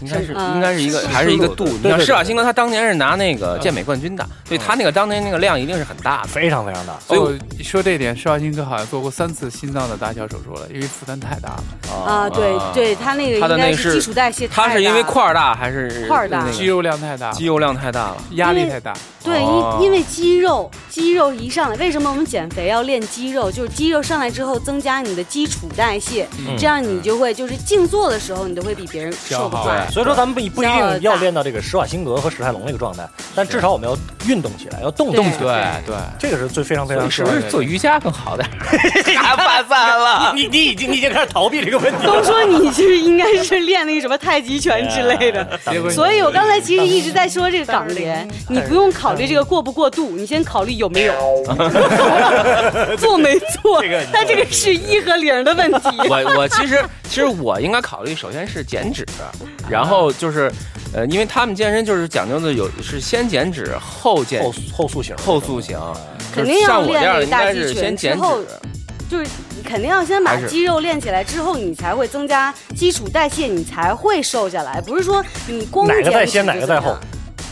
Speaker 5: 应该是
Speaker 3: 呃
Speaker 5: 应该是一个还是一个度。你
Speaker 1: 对
Speaker 5: 看
Speaker 1: 对
Speaker 5: 施瓦辛格他当年是拿那个健美冠军的，所以他那个当年那个量一定是很大的。
Speaker 1: 非常非常大
Speaker 5: 所以我
Speaker 2: 哦，说这一点，施瓦辛格好像做过三次心脏的搭桥手术了，因为负担太大了。
Speaker 3: 啊，对对，他那个
Speaker 5: 哦他的
Speaker 3: 应该
Speaker 5: 那
Speaker 3: 是
Speaker 5: 是
Speaker 3: 基础代谢太大
Speaker 5: 他
Speaker 3: 了，
Speaker 5: 是因为块儿大还是
Speaker 3: 块儿大
Speaker 5: 那个
Speaker 2: 肌肉量太大，
Speaker 5: 肌肉量太大了？
Speaker 2: 压力太大。
Speaker 3: 对，
Speaker 5: 哦
Speaker 3: 因因为肌肉肌肉一上来，为什么我们减肥要练肌肉？就是肌肉上来之后，增加你的基础代谢，
Speaker 5: 嗯
Speaker 3: 这样你就会就是静坐的时候，你都会比别人瘦得
Speaker 2: 消
Speaker 5: 啊
Speaker 2: 耗
Speaker 3: 快。
Speaker 1: 所以说咱们不不一
Speaker 3: 消耗
Speaker 1: 定
Speaker 3: 大
Speaker 1: 要练到这个施瓦辛格和史泰龙那个状态，但至少我们要运动起来，要动
Speaker 3: 动
Speaker 1: 动
Speaker 3: 起
Speaker 1: 起
Speaker 3: 来
Speaker 1: 来，
Speaker 2: 对对，
Speaker 1: 这个是最非常非常
Speaker 5: 是不是做瑜伽更好点？ <laughs> 太发散了。
Speaker 1: 你你已经你已经开始逃避这个问题
Speaker 3: 都
Speaker 1: 了。
Speaker 3: 说你是应该是练那个什么太极拳 <laughs> 之类的，
Speaker 2: 结果你
Speaker 3: 所以我刚才其实一直在说这个港联，你不用考虑这个过不过度，你先考虑有没有，
Speaker 1: <laughs>
Speaker 3: 做没做
Speaker 1: 这个，
Speaker 3: <laughs> 但这个是一和零的问
Speaker 1: <laughs>
Speaker 3: 题。
Speaker 5: <laughs> 我我其实其实我应该考虑，首先是减脂，然后就是，呃，因为他们健身就是讲究的有是先减脂后健
Speaker 1: 后后塑形，
Speaker 5: 后塑形，
Speaker 3: 肯定
Speaker 5: 就是
Speaker 3: 要
Speaker 5: 像我
Speaker 3: 练
Speaker 5: 这
Speaker 3: 那
Speaker 5: 样
Speaker 3: 个
Speaker 5: 应
Speaker 3: 大
Speaker 5: 该
Speaker 3: 肌
Speaker 5: 是
Speaker 3: 群
Speaker 5: 先
Speaker 3: 之
Speaker 5: 减脂，
Speaker 3: 后就是你肯定要先把
Speaker 5: 还是
Speaker 3: 肌肉练起来，之后你才会增加基础代谢，你才会瘦下来。不是说你光
Speaker 1: 哪个在先
Speaker 3: 减
Speaker 1: 哪
Speaker 3: 脂
Speaker 1: 个
Speaker 3: 就怎
Speaker 1: 在
Speaker 3: 么
Speaker 1: 后
Speaker 3: 样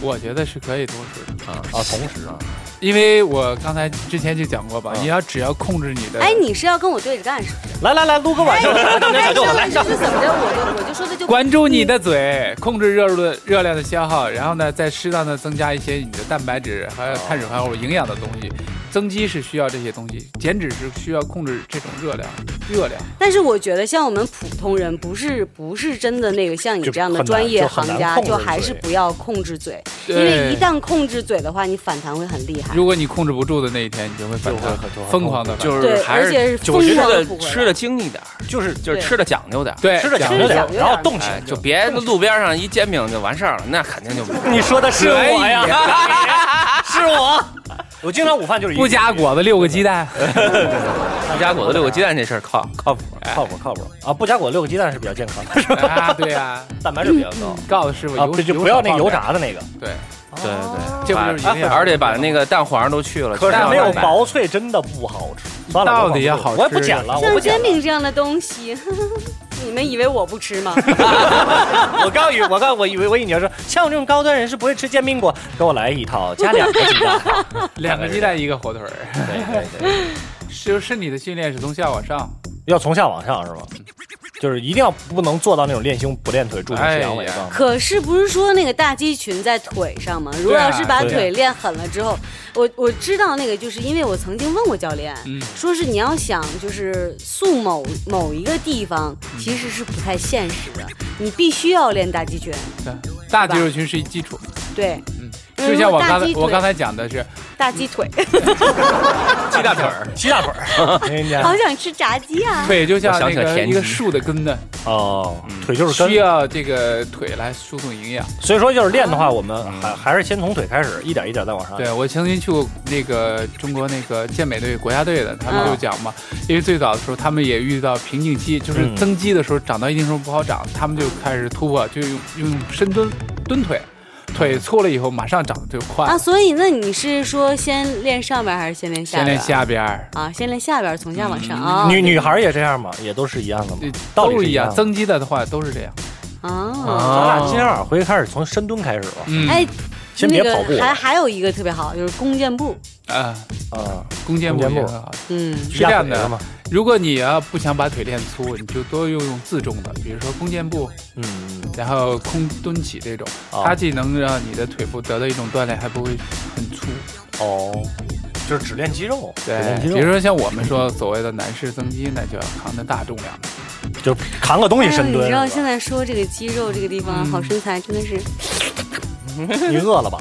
Speaker 2: 我觉得是可以同时的，
Speaker 5: 啊
Speaker 1: 啊，同时啊，
Speaker 2: 因为我刚才之前就讲过吧，你要只要控制你的，
Speaker 3: 哎，你是要跟我对着干是吧？
Speaker 1: 来来来，撸个晚上，大家
Speaker 3: 哎，
Speaker 1: 小舅我
Speaker 3: 上来
Speaker 1: 来
Speaker 3: 就
Speaker 1: 上。 <laughs>
Speaker 3: 是怎么着，我就我就说的就
Speaker 2: 关注你的
Speaker 3: 嗯
Speaker 2: 嘴，控制热度的热量的消耗，然后呢，再适当的增加一些你的蛋白质还有碳水化合物营养的东西。增肌是需要这些东西，减脂是需要控制这种热量，热量。
Speaker 3: 但是我觉得像我们普通人，不是不是真的那个像你
Speaker 1: 就
Speaker 3: 这样的
Speaker 1: 很难
Speaker 3: 专业
Speaker 1: 就很
Speaker 3: 行
Speaker 1: 难
Speaker 3: 家，
Speaker 1: 控制
Speaker 3: 就还是
Speaker 1: 嘴
Speaker 3: 不要控制嘴，因
Speaker 2: 对
Speaker 3: 为一旦控制嘴的话，你反弹会很厉害。
Speaker 2: 如果你控制不住的那一天，你就会反弹
Speaker 1: 就会就，会
Speaker 2: 疯狂的
Speaker 5: 就
Speaker 3: 对
Speaker 5: 是，还
Speaker 3: 而且是
Speaker 5: 就
Speaker 3: 疯
Speaker 5: 吃
Speaker 3: 狂的
Speaker 5: 的
Speaker 3: 补回来
Speaker 5: 吃的精一点，
Speaker 1: 就是
Speaker 5: 就是
Speaker 3: 对
Speaker 5: 吃的讲究点。
Speaker 2: 对
Speaker 1: 吃着
Speaker 2: 讲
Speaker 1: 讲
Speaker 3: 着
Speaker 1: 着
Speaker 2: 究
Speaker 3: 点
Speaker 1: 点，然后动起
Speaker 5: 哎
Speaker 1: 来，。
Speaker 5: 就别路边上一煎饼就完事儿了，那肯定就不
Speaker 1: 你说的是我呀
Speaker 5: <laughs>
Speaker 2: 可
Speaker 1: 是
Speaker 2: 以，
Speaker 1: 我。我经常午饭就是一
Speaker 2: 不加果子六个鸡蛋，
Speaker 5: 不加果子六个鸡蛋这事儿靠靠谱。
Speaker 1: 靠谱靠谱啊！不加果六个鸡蛋是比较健康， <laughs> 的，
Speaker 2: <laughs> 啊，对呀，
Speaker 1: 蛋白质比较高
Speaker 2: 告诉师傅
Speaker 1: 啊，
Speaker 2: 油
Speaker 1: 不就
Speaker 2: 油
Speaker 1: 不要那
Speaker 2: 少
Speaker 1: 个油
Speaker 2: 放点，
Speaker 1: 炸的那个，
Speaker 2: 对，
Speaker 5: 对对
Speaker 2: 这不就是营
Speaker 5: 对，
Speaker 1: <laughs>
Speaker 2: 养？
Speaker 5: 而且把那个蛋黄都去了，
Speaker 1: 可是
Speaker 5: 蛋
Speaker 1: 没
Speaker 5: 黄
Speaker 1: 有
Speaker 5: 白
Speaker 1: 薄脆真的不好吃。算了，
Speaker 2: 到底要好吃
Speaker 1: 我也不减了，我
Speaker 3: 像
Speaker 1: 不减
Speaker 3: 煎
Speaker 1: 了。
Speaker 3: 饼这样的东西， <laughs> 你们以为我不吃吗？
Speaker 1: <laughs> 我刚以我刚我以为我以为你要说，像我这种高端人是不会吃煎饼果，给我来一套，加两个鸡
Speaker 2: <laughs>
Speaker 1: 蛋。
Speaker 2: 两个鸡蛋一个火腿儿，
Speaker 1: 对对对，
Speaker 2: <laughs> 就是身体的训练是从下往上，
Speaker 1: 要从下往上是吗？就是一定要不能做到那种练胸不练腿，注重
Speaker 2: 哎
Speaker 1: 吃阳痿状态。
Speaker 3: 可是不是说那个大肌群在腿上吗？如果要是把
Speaker 1: 对啊
Speaker 3: 腿练狠了之后，
Speaker 1: 啊
Speaker 3: 我我知道那个，就是因为我曾经问过教练，
Speaker 2: 嗯
Speaker 3: 说是你要想就是塑某某一个地方，
Speaker 1: 嗯
Speaker 3: 其实是不太现实的，你必须要练大肌群，
Speaker 2: 对，大肌肉群是一基础，
Speaker 3: 对，
Speaker 2: 嗯，
Speaker 3: 嗯
Speaker 2: 就像我刚
Speaker 3: 大
Speaker 2: 才
Speaker 3: 鸡腿
Speaker 2: 我刚才讲的是
Speaker 3: 大鸡腿，
Speaker 1: 哎
Speaker 2: 鸡大腿儿，
Speaker 1: 鸡大腿
Speaker 2: <laughs>
Speaker 1: 儿，我跟你
Speaker 2: 哎
Speaker 3: 好
Speaker 1: 讲
Speaker 3: 想吃炸鸡啊！
Speaker 2: 腿就像
Speaker 5: 我想
Speaker 2: 那
Speaker 5: 起了
Speaker 2: 个
Speaker 5: 田
Speaker 2: 一个
Speaker 5: 鸡
Speaker 2: 树的根呢，
Speaker 1: 哦，腿就是
Speaker 2: 嗯需
Speaker 1: 根，
Speaker 2: 要这个腿来输送营养。
Speaker 1: 所以说就是练的话，我们还还是先从腿开始，一点一点再往上。
Speaker 2: 嗯对，我曾经去过那个中国那个健美队国家队的，他们
Speaker 3: 嗯
Speaker 2: 就讲嘛，因为最早的时候他们也遇到瓶颈期，就是
Speaker 1: 嗯
Speaker 2: 增肌的时候长到一定时候不好长，他们就开始突破，就用用深蹲蹲腿，腿粗了以后马上长得就快
Speaker 3: 啊，
Speaker 2: 了，
Speaker 3: 所以那你是说先练上边还是先练下
Speaker 2: 先
Speaker 3: 边？
Speaker 2: 练下边儿。
Speaker 3: 啊，先练下边，从下往上啊。
Speaker 1: 嗯女女孩也这样吗？也都是一样的吗
Speaker 2: 这？
Speaker 1: 道理
Speaker 2: 都
Speaker 1: 是
Speaker 2: 一样，
Speaker 1: 的
Speaker 2: 增肌的话都是这样。
Speaker 3: 啊，
Speaker 1: 嗯咱
Speaker 2: 啊
Speaker 1: 俩今天晚上回去开始从深蹲开始吧，
Speaker 2: 嗯，
Speaker 3: 哎，
Speaker 1: 先
Speaker 3: 那
Speaker 1: 别
Speaker 3: 个
Speaker 1: 跑步
Speaker 3: 还还有一个特别好，就是弓箭步。
Speaker 2: 啊，
Speaker 1: 啊，
Speaker 2: 弓箭步
Speaker 1: 弓箭
Speaker 2: 也
Speaker 1: 步
Speaker 2: 很好。
Speaker 3: 嗯，
Speaker 2: 是这样
Speaker 1: 压腿了
Speaker 2: 的
Speaker 1: 吗，
Speaker 2: 如果你要不想把腿练粗，你就多用用自重的，比如说弓箭步，
Speaker 1: 嗯，
Speaker 2: 然后空蹲起这种，
Speaker 1: 哦
Speaker 2: 它既能让你的腿部得到一种锻炼，还不会很粗。
Speaker 1: 哦，就是只练肌肉，只
Speaker 2: 对
Speaker 1: 练，肌
Speaker 2: 比如
Speaker 1: 肉，
Speaker 2: 说像我们说所谓的男士增肌，那就要扛着大重量。
Speaker 1: 就扛个东西深
Speaker 3: 哎
Speaker 1: 嗯
Speaker 3: 你
Speaker 1: 蹲
Speaker 3: 知道
Speaker 1: 是
Speaker 3: 现在说这个肌肉这个地方，好身材真的是。
Speaker 1: 吧。你饿了吧？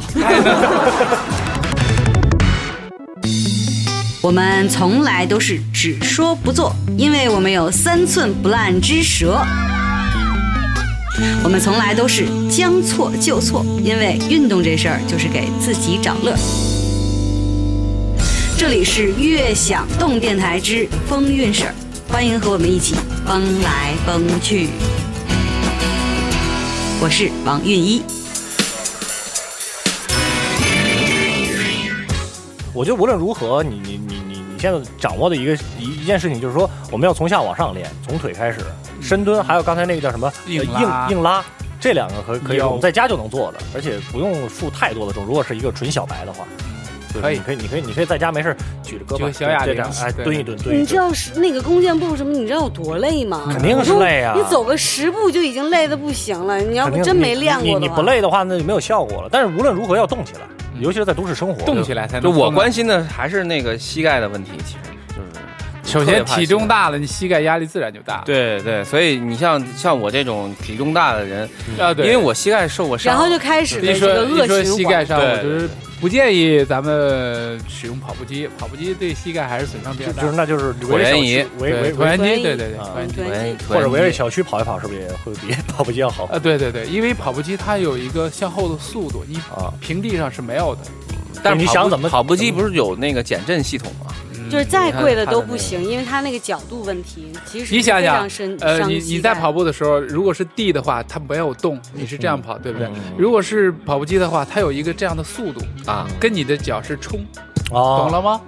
Speaker 10: 我们从来都是只说不做，因为我们有三寸不烂之舌。我们从来都是将错就错，因为运动这事儿就是给自己找乐。这里是悦享动电台之风韵事儿，欢迎和我们一起蹦来蹦去。我是王韵一。
Speaker 1: 我觉得无论如何，你你你你你现在掌握的一个一一件事情就是说，我们要从下往上练，从腿开始，深蹲，还有刚才那个叫什么呃
Speaker 2: 嗯硬
Speaker 1: 硬
Speaker 2: 拉
Speaker 1: 硬拉，这两个可可以，
Speaker 2: 有
Speaker 1: 我们在家就能做的，而且不用负太多的重。如果是一个纯小白的话，就是
Speaker 2: 嗯可以
Speaker 1: 你可以，你可以，你可以在家没事儿举着胳
Speaker 2: 举
Speaker 1: 膊
Speaker 2: 个小哑
Speaker 1: 这
Speaker 2: 铃
Speaker 1: 样，哎，
Speaker 2: 对
Speaker 1: 蹲一蹲，蹲
Speaker 3: 你
Speaker 1: 一
Speaker 3: 知
Speaker 1: 蹲。
Speaker 3: 道是那个弓箭步什么？你知道有多累吗？
Speaker 1: 肯定是累啊
Speaker 3: 你走个十步就已经累的不行了。你要
Speaker 1: 肯
Speaker 3: 不
Speaker 1: 定
Speaker 3: 真没练
Speaker 1: 你
Speaker 3: 过
Speaker 1: 你你
Speaker 3: 的话
Speaker 1: 不累的话，那就没有效果了。但是无论如何要动起来，尤其是在都市生活，
Speaker 2: 嗯动起来才
Speaker 5: 就
Speaker 2: 能。
Speaker 5: 我关，心的还是那个膝盖的问题，其实就是
Speaker 2: 首
Speaker 5: 特别
Speaker 2: 先
Speaker 5: 怕
Speaker 2: 体
Speaker 5: 膝盖
Speaker 2: 重大了，你膝盖压力自然就大了。
Speaker 5: 对对，所以你像像我这种体重大的人，
Speaker 2: 啊，
Speaker 5: 因
Speaker 2: 对，
Speaker 5: 为我膝盖受过伤，
Speaker 3: 然后就开始了
Speaker 2: 一
Speaker 3: 这个
Speaker 2: 说一
Speaker 3: 恶
Speaker 2: 说
Speaker 3: 循
Speaker 2: 膝
Speaker 3: 环
Speaker 2: 盖。上，
Speaker 5: 对
Speaker 2: 我就是不建议咱们使用跑步机，跑步机对膝盖还是损伤比较
Speaker 1: 就
Speaker 2: 大。
Speaker 1: 就是那就是
Speaker 5: 椭
Speaker 1: 围着
Speaker 5: 圆
Speaker 1: 小
Speaker 5: 仪
Speaker 1: 区围围
Speaker 2: 对椭圆
Speaker 1: 围
Speaker 2: 机，
Speaker 3: 围
Speaker 2: 对对对，
Speaker 1: 啊
Speaker 2: 椭圆机。
Speaker 5: 对
Speaker 1: 或者围着小区跑一跑，是不是也会比 <laughs> 跑步机要好？
Speaker 2: <laughs> 啊，对对对，因为跑步机它有一个向后的速度，你
Speaker 1: 啊
Speaker 2: 平地上是没有的。
Speaker 5: 但是
Speaker 1: 你
Speaker 5: 跑
Speaker 1: 想
Speaker 5: 步
Speaker 1: 怎么
Speaker 5: 跑步机不是有那个减震系统吗？
Speaker 1: 嗯
Speaker 3: 就是再贵的都不
Speaker 5: 你看
Speaker 3: 行，因为它那个角度问题，其实
Speaker 2: 你想
Speaker 3: 非
Speaker 2: 想
Speaker 3: 常深，
Speaker 2: 呃，
Speaker 3: 伤
Speaker 2: 你
Speaker 3: 膝
Speaker 2: 你在
Speaker 3: 盖
Speaker 2: 跑步的时候，如果是地的话，它没有动，你是这
Speaker 1: 嗯
Speaker 2: 样跑，对不对？如果是跑步机的话，它有一个这样的速度，
Speaker 5: 啊，
Speaker 2: 跟你的脚是冲，懂
Speaker 1: 哦，
Speaker 2: 了吗？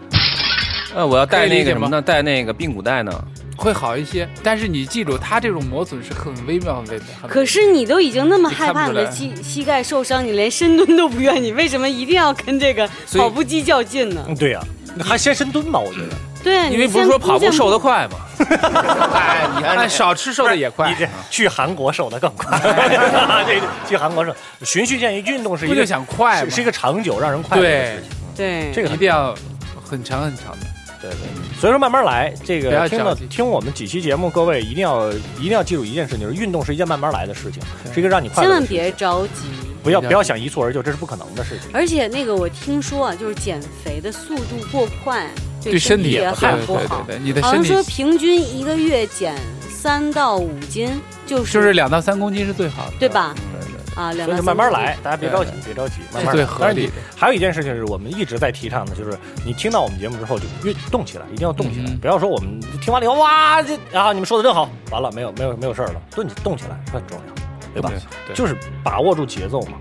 Speaker 5: 呃，我要带
Speaker 2: 可以理
Speaker 5: 那个
Speaker 2: 解
Speaker 5: 什么
Speaker 2: 吗
Speaker 5: 呢？带那个髌骨带呢？
Speaker 2: 会好一些。但是你记住，它这种磨损是很微妙、很微妙。很微
Speaker 3: 可是你都已经那么
Speaker 2: 你
Speaker 3: 害
Speaker 2: 看不
Speaker 3: 怕
Speaker 2: 出
Speaker 3: 你的
Speaker 2: 来
Speaker 3: 膝膝盖受伤，你连深蹲都不愿意，为什么一定要跟这个
Speaker 5: 所以
Speaker 3: 跑步机较劲呢？
Speaker 1: 嗯对呀，那还先深蹲吧，我觉得。
Speaker 3: 对啊，
Speaker 5: 因为
Speaker 3: 你
Speaker 5: 不是
Speaker 3: 先
Speaker 5: 说跑
Speaker 3: 弓
Speaker 5: 步
Speaker 3: 箭
Speaker 5: 瘦得快吗？ <laughs> 哎，你
Speaker 2: <laughs>
Speaker 5: 看
Speaker 2: 哎，少吃瘦的也快啊哎
Speaker 1: 你，这去韩国瘦的更快， <laughs> 这个去韩国瘦。循序渐进，运动是
Speaker 2: 不
Speaker 1: 一
Speaker 2: 就
Speaker 1: 个
Speaker 2: 想快
Speaker 1: 是
Speaker 2: 吗？
Speaker 1: 是一个长久让人快乐的
Speaker 2: 对
Speaker 1: 事情。，
Speaker 3: 对，
Speaker 1: 这个
Speaker 2: 一
Speaker 1: 很
Speaker 2: 定要很长很长的。
Speaker 1: 对对，所以说慢慢来。这
Speaker 2: 不
Speaker 1: 个
Speaker 2: 要
Speaker 1: 听了
Speaker 2: 着急
Speaker 1: 听我们几期节目，各位一定要一定要记住一件事情，就是运动是一件慢慢来的事情，是一个让你快
Speaker 3: 千
Speaker 1: 乐的
Speaker 3: 万
Speaker 1: 事情。
Speaker 3: 别着急。
Speaker 1: 不要不要想一蹴而就，这是不可能的事情。
Speaker 3: 而且那个我听说啊，就是减肥的速度过快，
Speaker 2: 对身体
Speaker 3: 体也
Speaker 2: 也
Speaker 3: 很不
Speaker 2: 对对
Speaker 3: 好。
Speaker 2: 对对，你的
Speaker 3: 好
Speaker 2: 身
Speaker 3: 像
Speaker 2: 体
Speaker 3: 说平均一个月减三到五斤，就是
Speaker 2: 就是两到三公斤是最好的，
Speaker 3: 对？吧？
Speaker 5: 对对
Speaker 3: 啊，两
Speaker 1: 所
Speaker 3: 到
Speaker 1: 以就
Speaker 3: 三
Speaker 1: 慢慢
Speaker 3: 公斤
Speaker 1: 来，大家别着急，别着急，慢
Speaker 2: 是
Speaker 1: 慢
Speaker 2: 最
Speaker 1: 来。
Speaker 2: 合
Speaker 1: 但是
Speaker 2: 理
Speaker 1: 你
Speaker 2: 的。
Speaker 1: 还有一件事情是我们一直在提倡的，就是你听到我们节目之后就运动起来，一定要动起来，
Speaker 2: 嗯
Speaker 1: 不要说我们听完了以后哇这啊你们说的真好，完了没有没有没有事儿了，动动起来是很重要，对吧？
Speaker 2: 对
Speaker 1: 就是把握住节奏嘛，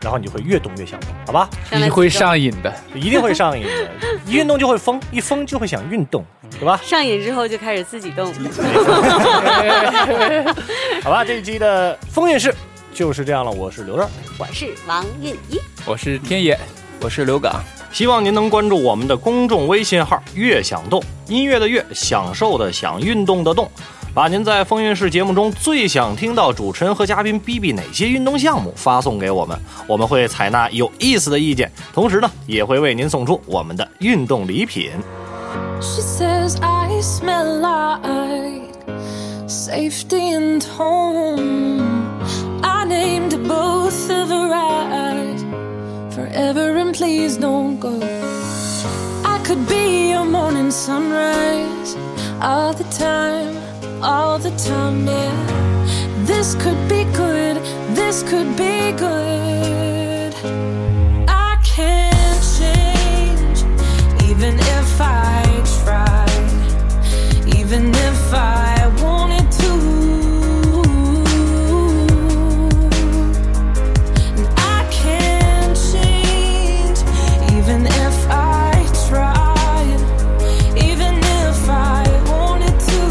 Speaker 1: 然后你就会越动越想动，好吧？
Speaker 3: 看来
Speaker 2: 你会
Speaker 3: 子
Speaker 2: 上瘾的。
Speaker 1: 一定会上瘾的，一运动就会疯，一疯就会想运动，对吧？
Speaker 3: 上瘾之后就开始自己动。
Speaker 1: 好吧，这一期的风韵事就是这样了，我是刘乐。
Speaker 3: 我是王韵一。
Speaker 2: 我是天野，
Speaker 5: 我是刘港，
Speaker 6: 希望您能关注我们的公众微信号“悦享动”，音乐的乐，享受的享，运动的动。把您在风云市节目中最想听到主持人和嘉宾比比哪些运动项目发送给我们，我们会采纳有意思的意见，同时呢，也会为您送出我们的运动礼品。
Speaker 11: She says, I smell like safety and home. I named both of her eyes forever, and please don't go. I could be your morning sunrise all the time, all the time, yeah. This could be good, this could be good. I can't change, even if I tried, even if I wanted to. And I can't change, even if I tried, even if I wanted to.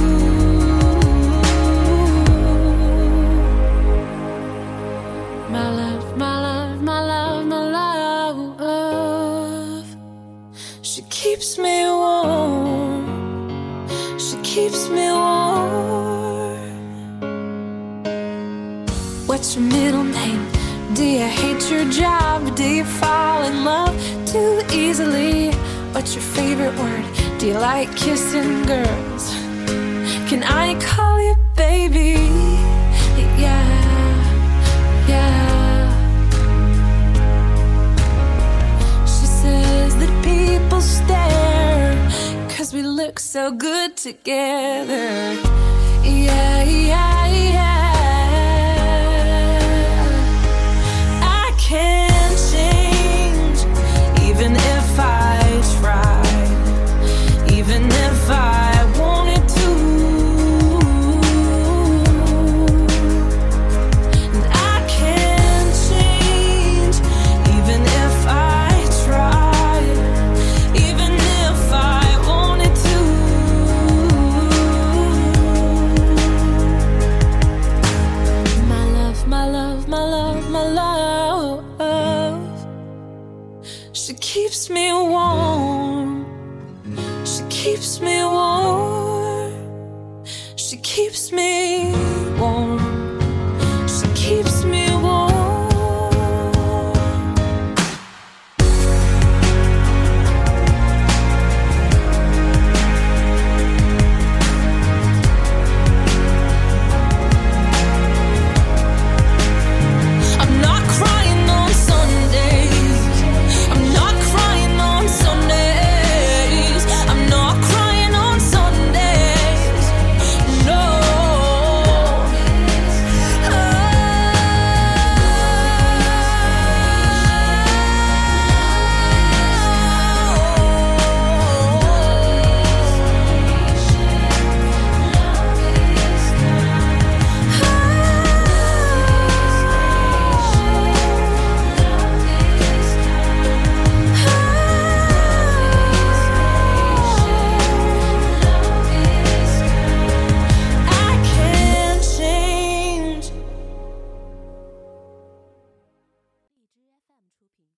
Speaker 11: My love, my love, my love, my love. She keeps me warm. She keeps me warm. What's your middle name? Do you hate your job? Do you fall in love too easily? What's your favorite word? Do you like kissing girls? Can I call you baby? Yeah. Yeah, she says that people stare 'cause we look so good together. Yeah, yeah.